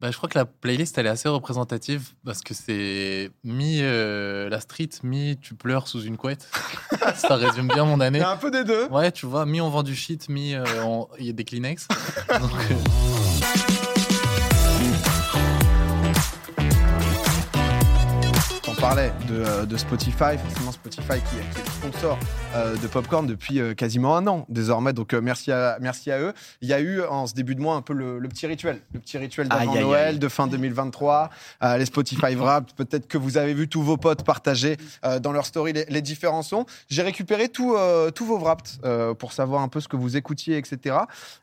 Bah, je crois que la playlist, elle est assez représentative parce que c'est mi euh, la street, mi tu pleures sous une couette. ça résume bien mon Il année. y a un peu des deux. Ouais, tu vois, mi on vend du shit, mi euh, on- il y a des Kleenex. Donc, euh, On parlait de, euh, de Spotify, forcément Spotify qui, qui est le sponsor euh, de Popcorn depuis euh, quasiment un an désormais. Donc euh, merci à, merci à eux. Il y a eu en ce début de mois un peu le, le petit rituel, le petit rituel d'avant Aïe, aïe, Noël, aïe. de fin 2023, euh, les Spotify Wrapped. Peut-être que vous avez vu tous vos potes partager euh, dans leur story les, les différents sons. J'ai récupéré tout, euh, tous vos Wrapped euh, pour savoir un peu ce que vous écoutiez, etc.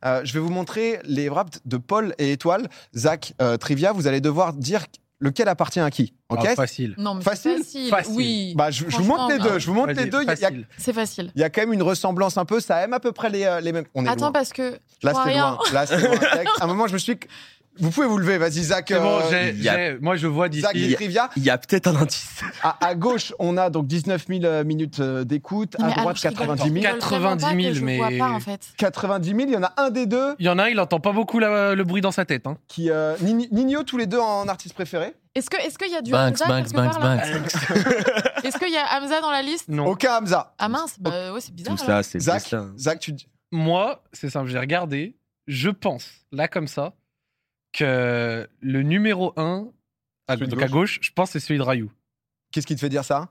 Euh, je vais vous montrer les Wrapped de Paul et Étoile. Zach, euh, Trivia, vous allez devoir dire lequel appartient à qui. Ok Ah, facile. Non, mais Facile c'est facile. Facile. Oui, bah, je, je vous montre les Franchement, deux. Je vous montre Vas-y, les deux. Il y a- il y, a- facile. c'est facile. il y a quand même une ressemblance un peu. Ça aime à peu près les, euh, les mêmes. On est Attends, loin. parce que. je Là, crois c'est rien. loin. Là, c'est loin. à un moment, je me suis. dit que- Vous pouvez vous lever. Vas-y, Zach. C'est bon, euh, j'ai- il y a- j'ai- moi je vois Zach et d'ici. Trivia. Il y a peut-être un indice. À, à gauche, on a donc 19 000 euh, minutes euh, d'écoute. Non, À mais alors, droite, je rigole, 90 je 000. rigole vraiment pas 90 000, que je mais- vois pas, en fait. 90 000, il y en a un des deux Il y en a, il entend pas beaucoup la- le bruit dans sa tête. hein. qui. euh, Nino, Nino, tous les deux en artiste préféré Est-ce que- est-ce qu'il y a du Banks, Hamza Banks, quelque part, Banks, là Banks. Est-ce qu'il y a Hamza dans la liste Non. Aucun Hamza. Ah mince, bah ouais, c'est bizarre. Tout alors. ça, c'est Zach, Tesla. Zach, tu. Moi, c'est simple, j'ai regardé. Je pense, là comme ça, que le numéro 1, à, Celui de donc à gauche, je pense que c'est celui de Rayou. Qu'est-ce qui te fait dire ça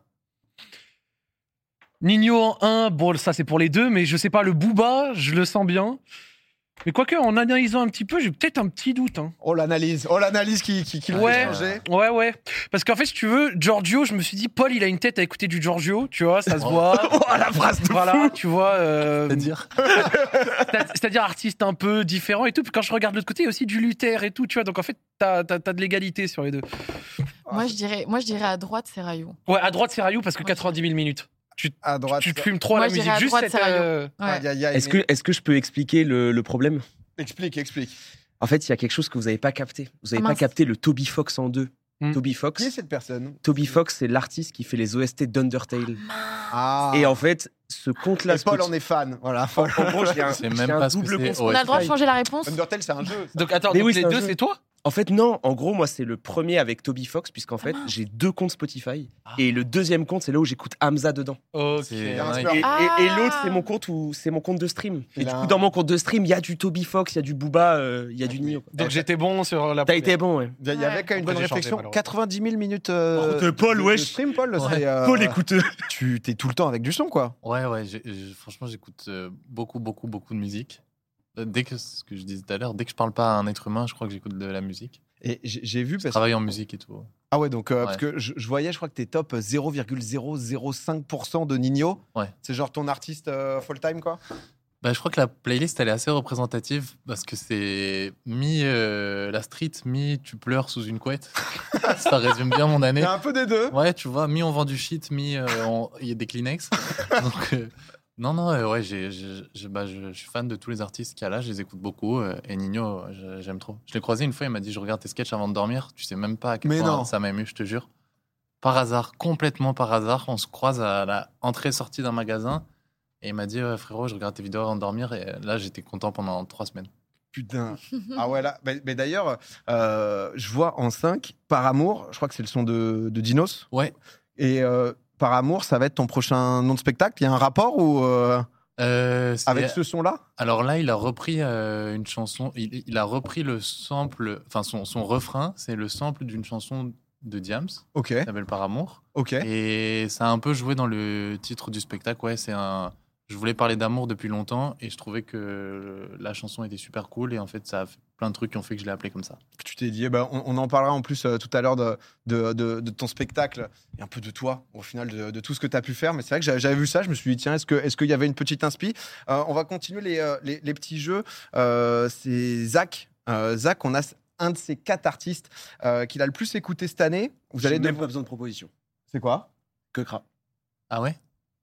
Nino en 1, bon, ça c'est pour les deux, mais je sais pas, le Booba, je le sens bien. Mais quoique, en analysant un petit peu, j'ai peut-être un petit doute. hein. Oh, l'analyse. Oh, l'analyse qui, qui, qui l'a Ouais. changé. Ouais, ouais. Parce qu'en fait, si tu veux, Giorgio, je me suis dit, Paul, il a une tête à écouter du Giorgio, tu vois, ça se voit. la phrase de voilà, fou. tu vois. euh, C'est-à-dire c'est- C'est-à-dire artiste un peu différent et tout. Puis quand je regarde de l'autre côté, il y a aussi du Luther et tout, tu vois. Donc en fait, t'as t'as- t'as de l'égalité sur les deux. Moi, je dirais, moi, je dirais à droite, c'est Rayou. Ouais, à droite, c'est Rayou parce que Ouais. 90 000 minutes. À droite. tu te fumes trop à Moi, la je dirais musique. à Juste droite, cette. c'est Rayou. euh, Ouais. Aïe, aïe, aïe, Est-ce mais- que, est que je peux expliquer le, le problème Explique, explique. En fait, il y a quelque chose que vous n'avez pas capté. Vous n'avez Ah, pas mince. capté le Toby Fox en deux. Hmm. Toby Qui est Fox. cette personne Toby Fox, c'est l'artiste qui fait les OST d'Undertale. Ah. Et en fait, ce compte-là. Et Paul Spotify- en est fan. Voilà. En gros, j'ai un, C'est j'ai même un pas ce que double c'est. compte. Ouais, On a le droit de c'est- changer la réponse Undertale, c'est un jeu. Donc attends, Mais donc oui, les c'est un deux, jeu. c'est toi En fait, non. En gros, moi, c'est le premier avec Toby Fox, puisqu'en Ah. fait, j'ai deux comptes Spotify. Ah. Et le deuxième compte, c'est là où j'écoute Hamza dedans. Ok. c'est- un ouais, expert. Et, et- Ah. et l'autre, c'est mon compte où c'est mon compte de stream. Il Et du a coup, un- dans mon compte de stream, il y a du Toby Fox, il y a du Booba, euh, il y a du Nio. quoi. Donc j'étais bon sur Ah, la. T'as première. été bon, ouais. Il y a- il y avait quand même une bonne Après, j'ai changé, réflexion. malheureusement. 90 000 minutes. euh, Oh, Par contre, Paul, de- de wesh. stream, Paul, Ouais. c'est, euh, Paul écouteux. Tu t'es tout le temps avec du son, quoi. Ouais, ouais, j'ai- j'ai- franchement, j'écoute euh, beaucoup, beaucoup, beaucoup de musique. Euh, Dès que ce que je disais tout à l'heure, dès que je parle pas à un être humain, je crois que j'écoute de la musique. Et j'ai j'ai vu. Je Parce... travaille en musique et tout. Ah ouais, donc euh, Ouais. parce que je, je voyais, je crois que t'es top 0,005% de Nino. Ouais. C'est genre ton artiste euh, full time, quoi. Bah, je crois que la playlist, elle est assez représentative parce que c'est mi euh, la street, mi tu pleures sous une couette. ça résume bien mon Il année. y a un peu des deux. Ouais, tu vois, mi on vend du shit, mi euh, on- il y a des Kleenex. Donc, euh, non, non, euh, ouais, j'ai- j'ai- j'ai- bah, je je suis fan de tous les artistes qu'il y a là, je les écoute beaucoup. euh, et Nino, euh, je- j'aime trop. Je l'ai croisé une fois, il m'a dit Je regarde tes sketchs avant de dormir, tu sais même pas à quel Mais point non. ça m'a ému, je te jure. Par hasard, complètement par hasard, on se croise à la entrée-sortie d'un magasin. Et il m'a dit, Ouais, frérot, je regarde tes vidéos avant de dormir. Et euh, là, j'étais content pendant trois semaines. Putain. Ah ouais, là. Mais, mais d'ailleurs, euh, je vois en 5, Par Amour, je crois que c'est le son de, de Dinos. Ouais. Et euh, Par Amour, ça va être ton prochain nom de spectacle. Il y a un rapport ou euh, Euh, c'est- avec ce son-là Alors là, il a repris euh, une chanson. Il, il a repris le sample, enfin son, son refrain, c'est le sample d'une chanson de Diams, qui Ok, s'appelle Par amour. ok. Et ça a un peu joué dans le titre du spectacle. Ouais, c'est un. Je voulais parler d'amour depuis longtemps et je trouvais que la chanson était super cool et en fait, ça a fait plein de trucs qui ont fait que je l'ai appelé comme ça. que tu t'es dit, eh ben, on, on en parlera en plus euh, tout à l'heure de, de, de- de ton spectacle et un peu de toi, au final, de, de tout ce que tu as pu faire. Mais c'est vrai que j'avais- j'avais vu ça, je me suis dit, tiens, est-ce qu'il est qu'il y avait une petite inspi Euh, On va continuer les, euh, les, les petits jeux. Euh, c'est Zach. Euh, Zach, on a un de ces quatre artistes euh, qu'il a le plus écouté cette année. Vous allez même devoir- pas besoin de proposition. C'est quoi Que cra. Ah ouais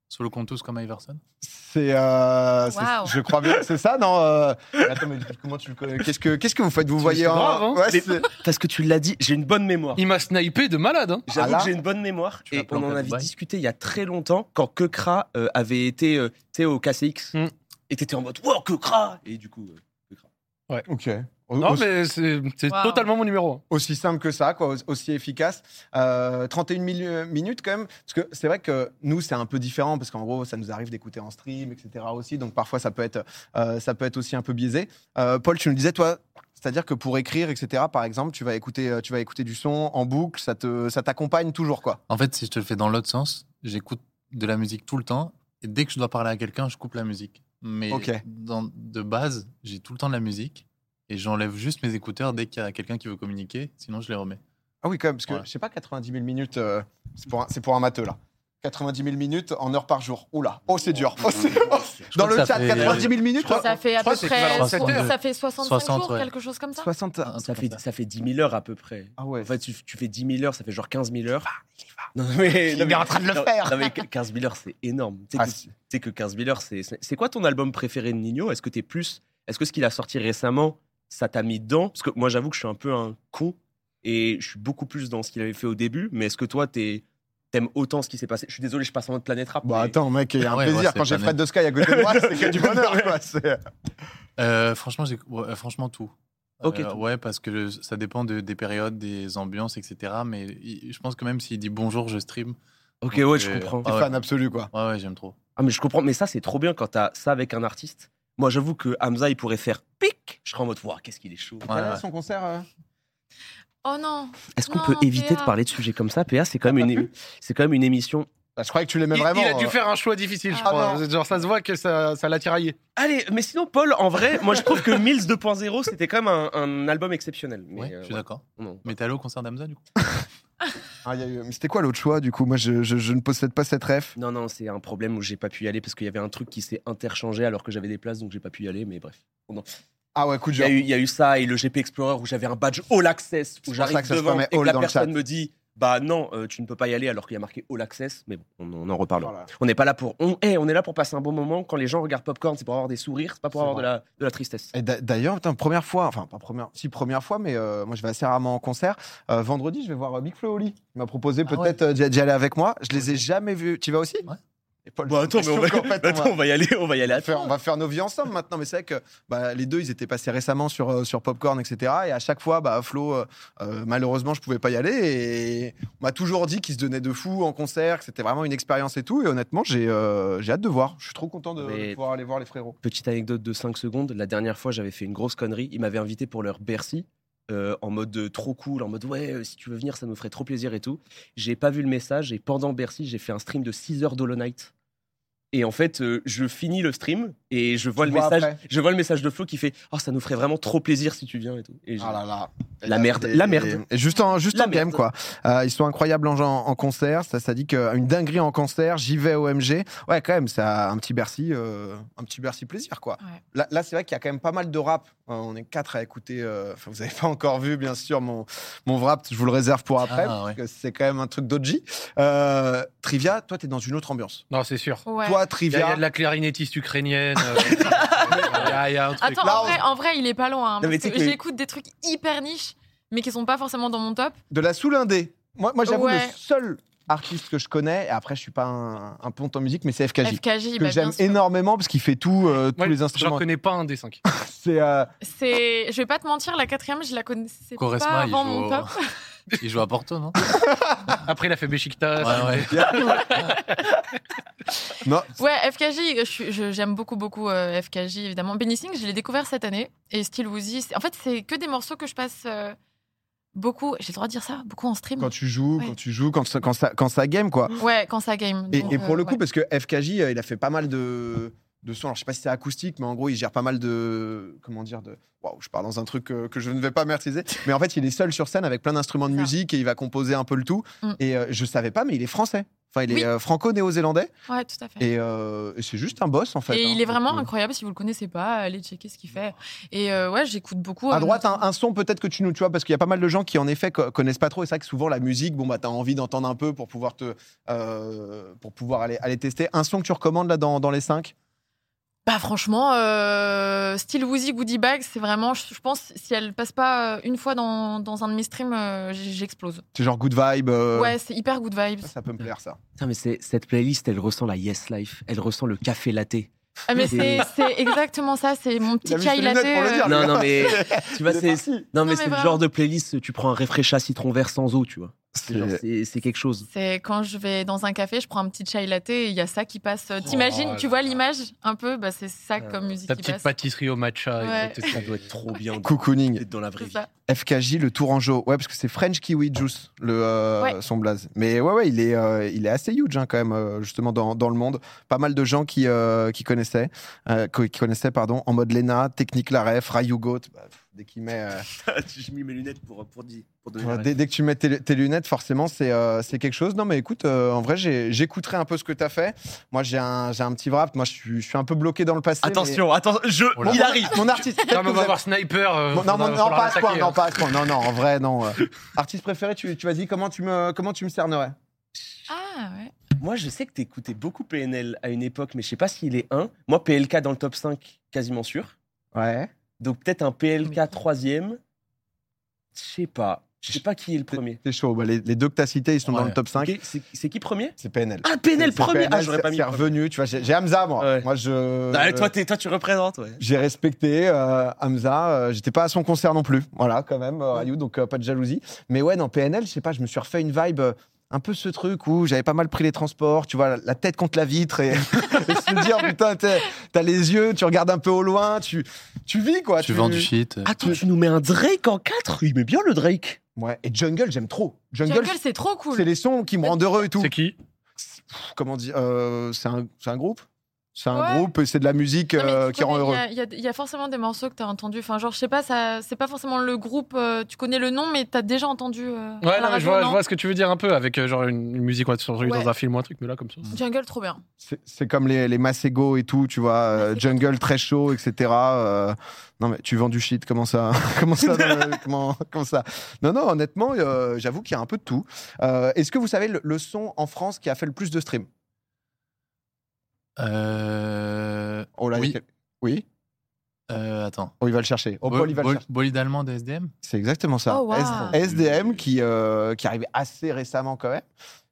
Sous le compte tous comme Iverson c'est, euh, c'est- Waouh. je crois bien, c'est ça, non euh, Attends, mais comment tu le connais Qu'est-ce que qu'est-ce que vous faites Vous voyez c'est en- grave, hein. Ouais, Mais- c'est- Parce que tu l'as dit, j'ai une bonne mémoire. Il m'a snipé de malade. hein. J'avoue Ah là que j'ai une bonne mémoire. Tu Et l'as on en planté à avait Dubaï. discuté il y a très longtemps quand Que cra euh, avait été Mm. euh, tu sais, au KCX. Hmm. Et t'étais en mode, wow, Que cra Et du coup. euh, Ok. Au- Non, aussi, mais c'est c'est Wow. totalement mon numéro. un. aussi simple que ça, quoi, au- aussi efficace. Euh, 31 mille- euh, minutes quand même, parce que c'est vrai que nous c'est un peu différent parce qu'en gros ça nous arrive d'écouter en stream, etc. aussi, donc parfois ça peut être, euh, ça peut être aussi un peu biaisé. Euh, Paul, tu nous disais toi, c'est-à-dire que pour écrire, etc. Par exemple, tu vas écouter, euh, tu vas écouter du son en boucle, ça te, ça t'accompagne toujours, quoi. En fait, si je te le fais dans l'autre sens, j'écoute de la musique tout le temps. Et dès que je dois parler à quelqu'un, je coupe la musique. Mais Ok. dans- de base, j'ai tout le temps de la musique. Et j'enlève juste mes écouteurs dès qu'il y a quelqu'un qui veut communiquer. Sinon, je les remets. Ah oui, quand même, parce que Ouais. je sais pas, 90 000 minutes, euh, c'est pour, un- c'est pour un matheux, là. 90 000 minutes en heures par jour. Oula, oh, c'est dur. Oh, c'est- oh, Je Dans crois que ça le chat, fait- 90 000 minutes crois- Ça fait à je crois peu que c'est près. équivalent à so- 60 heures. Ça fait 65 60, jours, ouais. quelque chose comme ça. 60. Un Ça truc fait, comme ça fait 10 000 heures à peu près. Ah ouais. En fait, tu, tu fais 10 000 heures, ça fait genre 15 000 heures. Non, mais, Il est en train de le non, faire. Non, mais 15 000 heures, c'est énorme. Tu sais Ah, que- si. tu sais que 15 000 heures, c'est. c'est- C'est quoi ton album préféré de Nino Est-ce que t'es plus. Est-ce que ce qu'il a sorti récemment, ça t'a mis dedans Parce que moi, j'avoue que je suis un peu un con et je suis beaucoup plus dans ce qu'il avait fait au début. Mais est-ce que toi, t'es- t'aimes autant ce qui s'est passé Je suis désolé, je passe en mode planète rap. Bah mais- attends, mec, il y a un Ouais, plaisir. ouais, c'est Quand j'ai pas Fred de Sky à côté de moi, c'est que du bonheur, quoi. C'est- Euh, franchement, j'ai- ouais, euh, franchement, tout. Ok, Euh, tout. Ouais, parce que ça dépend de- des périodes, des ambiances, etc. Mais il- je pense que même s'il dit bonjour, je stream. Ok, Donc, ouais, je euh, comprends. T'es Ah ouais. fan absolu, quoi. Ouais, ouais, j'aime trop. Ah, mais je comprends. Mais ça, c'est trop bien quand t'as ça avec un artiste. Moi, j'avoue que Hamza, il pourrait faire pic. Je serais en mode, waouh, qu'est-ce qu'il est chaud. Ouais, ouais. son concert euh Oh non. Est-ce qu'on Non, peut éviter PA. de parler de sujets comme ça PA, c'est quand, même une... c'est quand même une émission. Bah, Je croyais que tu l'aimais il, vraiment. il a dû euh. faire un choix difficile, je Ah crois. non. Genre, ça se voit que ça, ça l'a tiraillé. Allez, mais sinon, Paul, en vrai, moi, je trouve que Mills 2.0, c'était quand même un, un album exceptionnel. Mais, Ouais, euh, je suis ouais. d'accord. Non. Mais t'es allé au concert d'Amza, du coup Ah, il y a eu- Mais c'était quoi l'autre choix, du coup Moi, je, je- je ne possède pas cette ref. non, non, c'est un problème où j'ai pas pu y aller parce qu'il y avait un truc qui s'est interchangé alors que j'avais des places, donc j'ai pas pu y aller, mais bref. Ah ouais, coup de Il y, a dur. eu, il y a eu ça et le GP Explorer où j'avais un badge All Access, où pour j'arrive ça que ça se devant met et que All la dans le personne chat. me dit Bah non, euh, tu ne peux pas y aller alors qu'il y a marqué All Access, mais bon, on, on en reparle. Voilà. On n'est pas Oh là pour. On, eh, on est là pour passer un bon moment. Quand les gens regardent Popcorn, c'est pour avoir des sourires, c'est pas pour C'est avoir de la, de la tristesse. Et d'a- d'ailleurs, putain, première fois, enfin pas première, si première fois, mais euh, moi je vais assez rarement en concert. Euh, vendredi, je vais voir euh, Big Flo et Oli. Il m'a proposé Ah peut-être euh, d'y d'y aller avec moi. Je les ai jamais vus. Tu y vas aussi Ouais. Et Paul, Bon, Bah, attends, mais on va, qu'en fait, on attends, va- on va y aller, on va y aller à on va faire, on va faire nos vies ensemble maintenant, mais c'est vrai que bah, les deux, ils étaient passés récemment sur, euh, sur Popcorn, etc. Et à chaque fois, bah, Flo, euh, euh, malheureusement, je pouvais pas y aller. Et on m'a toujours dit qu'il se donnait de fou en concert, que c'était vraiment une expérience et tout. Et honnêtement, j'ai euh, j'ai hâte de voir. Je suis trop content de, de Mais- pouvoir aller voir les frérots. Petite anecdote de 5 secondes. La dernière fois, j'avais fait une grosse connerie. Ils m'avaient invité pour leur Bercy. euh, en mode euh, trop cool, en mode ouais, euh, si tu veux venir, ça me ferait trop plaisir et tout. J'ai pas vu le message et pendant Bercy, j'ai fait un stream de 6 heures d'Hollow Knight. Et en fait, euh, je finis le stream et je vois, Tu le vois message, après. je vois le message de Flo qui fait Oh, ça nous ferait vraiment trop plaisir si tu viens et tout. Et j'ai- Ah là là. La merde, la merde. Et juste en, juste La en game, merde. quoi. Euh, ils sont incroyables en, en concert. Ça, ça dit qu'une dinguerie en concert, j'y vais OMG. Ouais, quand même, ça un petit Bercy, euh, un petit Bercy plaisir, quoi. Ouais. Là, là, c'est vrai qu'il y a quand même pas mal de rap. Euh, on est quatre à écouter. euh, Enfin, vous n'avez pas encore vu, bien sûr, mon, mon rap. Je vous le réserve pour après, Ah, parce ouais. que c'est quand même un truc d'Oji. Euh, Trivia, toi, t'es dans une autre ambiance. Non, c'est sûr. Ouais. Toi, Il y, a- il y Trivia. a de la clarinettiste ukrainienne. euh, Il y, a- il y a un truc. Attends, Là, en vrai, en vrai, il est pas loin. hein, Non, mais parce que tu sais que- J'écoute des trucs hyper niches, mais qui sont pas forcément dans mon top. de la soul indé. Moi, moi j'avoue, Ouais. le seul artiste que je connais, et après, je suis pas un, un ponte en musique, mais c'est FKJ. FKJ, que bah, bien j'aime sûr. énormément parce qu'il fait tout, euh, tous Ouais, les J'en instruments. connais pas un des cinq. C'est euh, C'est, je vais pas te mentir, la quatrième, je la connaissais Quaresma, pas il avant joue mon au- top. Il joue à Porto, non Après, il a fait Besiktas. Ouais, ouais. non, Ouais, FKJ, je suis- je- j'aime beaucoup, beaucoup euh, FKJ, évidemment. Benny Singh, je l'ai découvert cette année. Et Still Woozy, c'est- en fait, c'est que des morceaux que je passe euh, beaucoup, j'ai le droit de dire ça, beaucoup en stream. quand tu joues, Ouais. quand tu joues, quand ça, quand ça, quand ça game quoi. Ouais, quand ça game. Et, Donc, et pour euh, le coup, ouais. parce que FKJ, euh, il a fait pas mal de de sons. Alors je sais pas si c'est acoustique, mais en gros, il gère pas mal de comment dire de. Waouh, je parle dans un truc euh, que je ne vais pas maîtriser. Mais en fait, il est seul sur scène avec plein d'instruments de Ça. musique et il va composer un peu le tout. Mm. Et euh, je savais pas, mais il est français. Enfin, il est Oui. euh, franco-néo-zélandais ouais, tout à fait. et, euh, et c'est juste un boss en fait. Et hein. il est vraiment Donc, euh, incroyable. Si vous le connaissez pas, allez checker ce qu'il fait. Et euh, ouais, j'écoute beaucoup. À euh, droite, un, un son peut-être que tu nous tu vois, parce qu'il y a pas mal de gens qui en effet co- connaissent pas trop. Et c'est vrai que souvent la musique, bon bah t'as envie d'entendre un peu pour pouvoir te, euh, pour pouvoir aller, aller tester. Un son que tu recommandes là dans, dans les cinq hein. Bah franchement, euh, style Woozy Goodie Bag, c'est vraiment, je, je pense, si elle passe pas euh, une fois dans, dans un de mes streams, euh, j- j'explose. C'est genre good vibe. euh, Ouais, c'est hyper good vibes. Ça, ça peut me plaire ça. Putain, mais c'est- cette playlist, elle ressent la Yes Life, elle ressent le café latte, Ah, mais Et- c'est c'est exactement ça, c'est mon Il petit a mis ses chai latte. lunettes pour le euh, dire. Non, non, mais tu vois, Il est c'est. parti. Non, mais mais c'est le vraiment. genre de playlist, tu prends un rafraîchissant citron vert sans eau, tu vois. C'est genre, C'est- C'est c'est quelque chose. C'est quand je vais dans un café, je prends un petit chai latte et il y a ça qui passe. Oh T'imagines, là tu vois l'image un peu bah, C'est ça comme musique Euh, Ta qui petite passe. pâtisserie au euh, matcha. Ouais. exactement. Ça doit être trop bien Cocooning. d'être dans la vraie C'est vie. ça. FKJ, le Tourangeau. Ouais, parce que c'est French Kiwi Juice, le, euh, Ouais. son blaze. Mais ouais, ouais, il est, euh, il est assez huge hein, quand même, euh, justement, dans, dans le monde. Pas mal de gens qui, euh, qui connaissaient, euh, co- qui connaissaient, pardon, en mode Lena, Technique Laref, Rayou Goat. Bah, pff, dès qu'il met. euh, Ah, J'ai mis mes lunettes pour, pour, dire- pour donner Ouais, la dès, dès que tu mets tes, tes lunettes, forcément, c'est euh, c'est quelque chose. Non, mais écoute, euh, en vrai, j'ai- j'écouterai un peu ce que t'as fait. Moi, j'ai un, j'ai un petit wrap. Moi, je suis, je suis un peu bloqué dans le passé. mais- Attention, attention, je, Oh là. il arrive. Mon artiste. peut-être Non, que mais on vous va avez- voir Sniper. euh, Bon, faudra- non, mon- non, faudra pas à ce point, l'attaquer, non, hein. pas à ce point. Non, non, en vrai, non. euh. Artiste préféré, tu, tu m'as dit comment tu me, comment tu me cernerais Ah ouais. Moi, je sais que t'écoutais beaucoup PNL à une époque, mais je sais pas s'il est un. Moi, PLK dans le top 5, quasiment sûr. Ouais. Donc peut-être un Mais- PLK troisième. Je sais pas. Je sais pas qui est le premier. C'est chaud. Bah, les, les deux que t'as cités, ils sont dans Ouais. le top 5. Ok, C'est c'est qui premier C'est PNL. Ah, PNL C'est- c'est premier Ah, PNL, j'aurais pas c'est- mis. C'est le premier. revenu, tu vois. J'ai j'ai Hamza, moi. Ouais. Moi, je. Ah, toi, t'es- toi, tu représentes, ouais. J'ai respecté euh, Hamza, euh, j'étais pas à son concert non plus, voilà quand même, euh, Rayou, donc euh, pas de jalousie. Mais ouais, dans PNL, je sais pas, je me suis refait une vibe, euh, un peu ce truc où j'avais pas mal pris les transports, tu vois, la, la tête contre la vitre et, et se dire putain, t'es- t'as les yeux, tu regardes un peu au loin, tu, tu vis quoi. Tu vends du shit. euh, Attends, tu nous mets un Drake en 4 Il met bien le Drake. Ouais, et Jungle, j'aime trop. Jungle, Jungle, c'est trop cool. c'est les sons qui me rendent heureux et tout. C'est qui Pff, Comment dire, euh, c'est un, c'est un groupe C'est un Ouais. groupe et c'est de la musique Non, mais tu euh, qui rend connais, heureux. Il y a- il y, a- il y a forcément des morceaux que t'as entendus. Enfin, genre, je sais pas, ça, c'est pas forcément le groupe. euh, tu connais le nom, mais t'as déjà entendu. euh, Ouais, à non, la mais je radio, vois, non je vois ce que tu veux dire un peu avec euh, genre une une musique ouais, sur- dans Ouais. un film ou un truc, mais là comme ça. Jungle, trop bien. C'est- C'est comme les, les Masego et tout, tu vois, euh, Masego. jungle très chaud, etc. euh, non mais tu vends du shit, comment ça Comment ça euh, comment, comment ça Non non, honnêtement, euh, j'avoue qu'il y a un peu de tout. Euh, Est-ce que vous savez le, le son en France qui a fait le plus de streams Ah. Euh, Oh là, il y a Oui. quel- oui. euh, attends. Oh, il va le chercher. Oh, Paul, il va le Bol- chercher. Bolide allemand de SDM C'est exactement ça. Oh, wow. S- SDM qui euh, qui arrivait assez récemment quand même.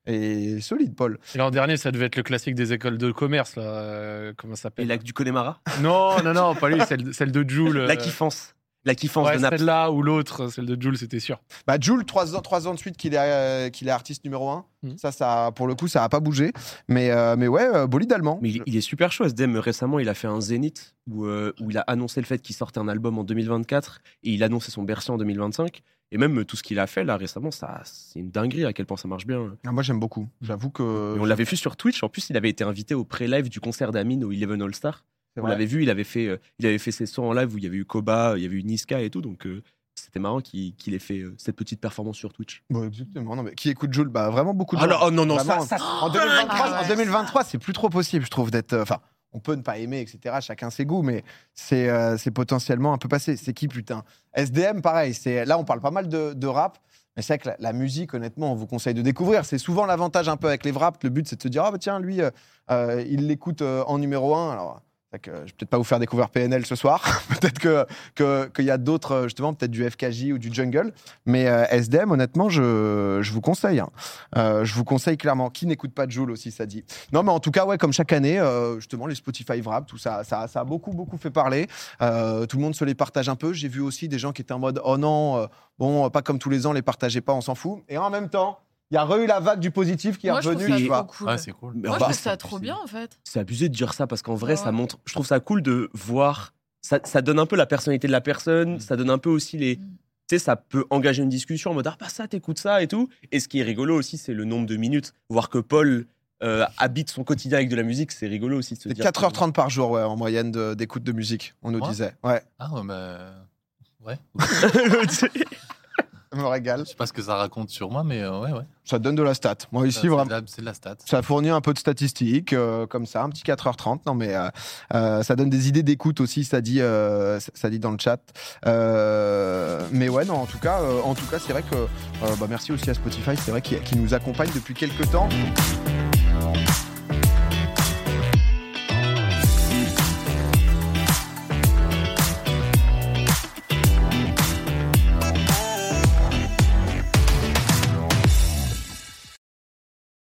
Et solide, Paul. Et L'an dernier, ça devait être le classique des écoles de commerce, là. euh, comment ça Et s'appelle lac du Connemara Non, non, non, pas lui, celle, celle de Jules. euh, La kiffance. La kiffance Ouais, de Naples. celle-là ou l'autre, celle de Jules, c'était sûr. Bah, Jules, trois ans, trois ans de suite qu'il est, euh, qu'il est artiste numéro un. Mhm. Ça, ça, pour le coup, ça a pas bougé. Mais, euh, mais ouais, euh, bolide allemand. Mais il, il est super chaud, SDM. Récemment, il a fait un Zénith où, euh, où il a annoncé le fait qu'il sortait un album en 2024 et il annonçait son Bercy en 2025. Et même euh, tout ce qu'il a fait là récemment, ça, c'est une dinguerie à quel point ça marche bien. Ah, moi, j'aime beaucoup. J'avoue que. Mm. Et on l'avait vu sur Twitch. En plus, il avait été invité au pré-live du concert d'Amine au Eleven All Star. C'est On vrai. l'avait vu, il avait, fait, euh, il avait fait ses sons en live où il y avait eu Koba, euh, il y avait eu Niska et tout. Donc euh, c'était marrant qu'il, qu'il ait fait euh, cette petite performance sur Twitch. Bon, exactement. Non, mais qui écoute Jules bah, Vraiment beaucoup de Ah gens. non, oh non, non, Bah, ça, Vraiment. ça- Bah, En 2023, Ah ouais. en 2023, c'est plus trop possible, je trouve, d'être. euh, Enfin, on peut ne pas aimer, etc. Chacun ses goûts, mais c'est euh, c'est potentiellement un peu passé. C'est qui, putain SDM, pareil. c'est- Là, on parle pas mal de, de rap. Mais c'est vrai que la, la musique, honnêtement, on vous conseille de découvrir. C'est souvent l'avantage un peu avec les raps. Le but, c'est de se dire, ah bah tiens, lui, euh, euh, il l'écoute euh, en numéro 1. Alors, c'est vrai que je vais peut-être pas vous faire découvrir PNL ce soir. peut-être que que- qu'il y a d'autres, euh, justement, peut-être du FKJ ou du Jungle. Mais euh, SDM, honnêtement, je, je vous conseille. hein. Euh, je vous conseille clairement. Qui n'écoute pas Joule aussi, ça dit. Non, mais en tout cas, ouais, comme chaque année, euh, justement, les Spotify Wrap, tout ça, ça, ça a beaucoup, beaucoup fait parler. Euh, tout le monde se les partage un peu. J'ai vu aussi des gens qui étaient en mode, oh non, euh, bon, pas comme tous les ans, les partagez pas, on s'en fout. Et en même temps, il y a re eu la vague du positif qui est Moi, je trouve revenue, ça tu trop vois. cool. Ah, Ouais, c'est cool. Mais Moi, je bah, trouve c'est- ça trop bien, en fait. c'est abusé de dire ça parce qu'en vrai, Ouais. ça montre. Je trouve ça cool de voir. Ça, ça donne un peu la personnalité de la personne. Mm. Ça donne un peu aussi les. Mm. Tu sais, ça peut engager une discussion en mode ah bah ça, t'écoutes ça et tout. Et ce qui est rigolo aussi, c'est le nombre de minutes. Voir que Paul euh, habite son quotidien avec de la musique, c'est rigolo aussi de se C'est dire. 4h30 par jour, ouais, en moyenne de- d'écoute de, musique, on nous Ouais. disait. Ouais, Ah, ouais, bah. Ouais. ça me régale. Je sais pas ce que ça raconte sur moi, mais euh, ouais, ouais. Ça donne de la stat. Moi, Ça, ici, c'est vraiment. de la- C'est de la stat. Ça fournit un peu de statistiques, euh, comme ça, un petit 4h30. Non, mais euh, euh, ça donne des idées d'écoute aussi, ça dit, euh, ça- ça dit dans le chat. Euh, mais ouais, non, en tout cas, euh, en tout cas, c'est vrai que euh, bah, merci aussi à Spotify, c'est vrai qu'il qui nous accompagne depuis quelques temps.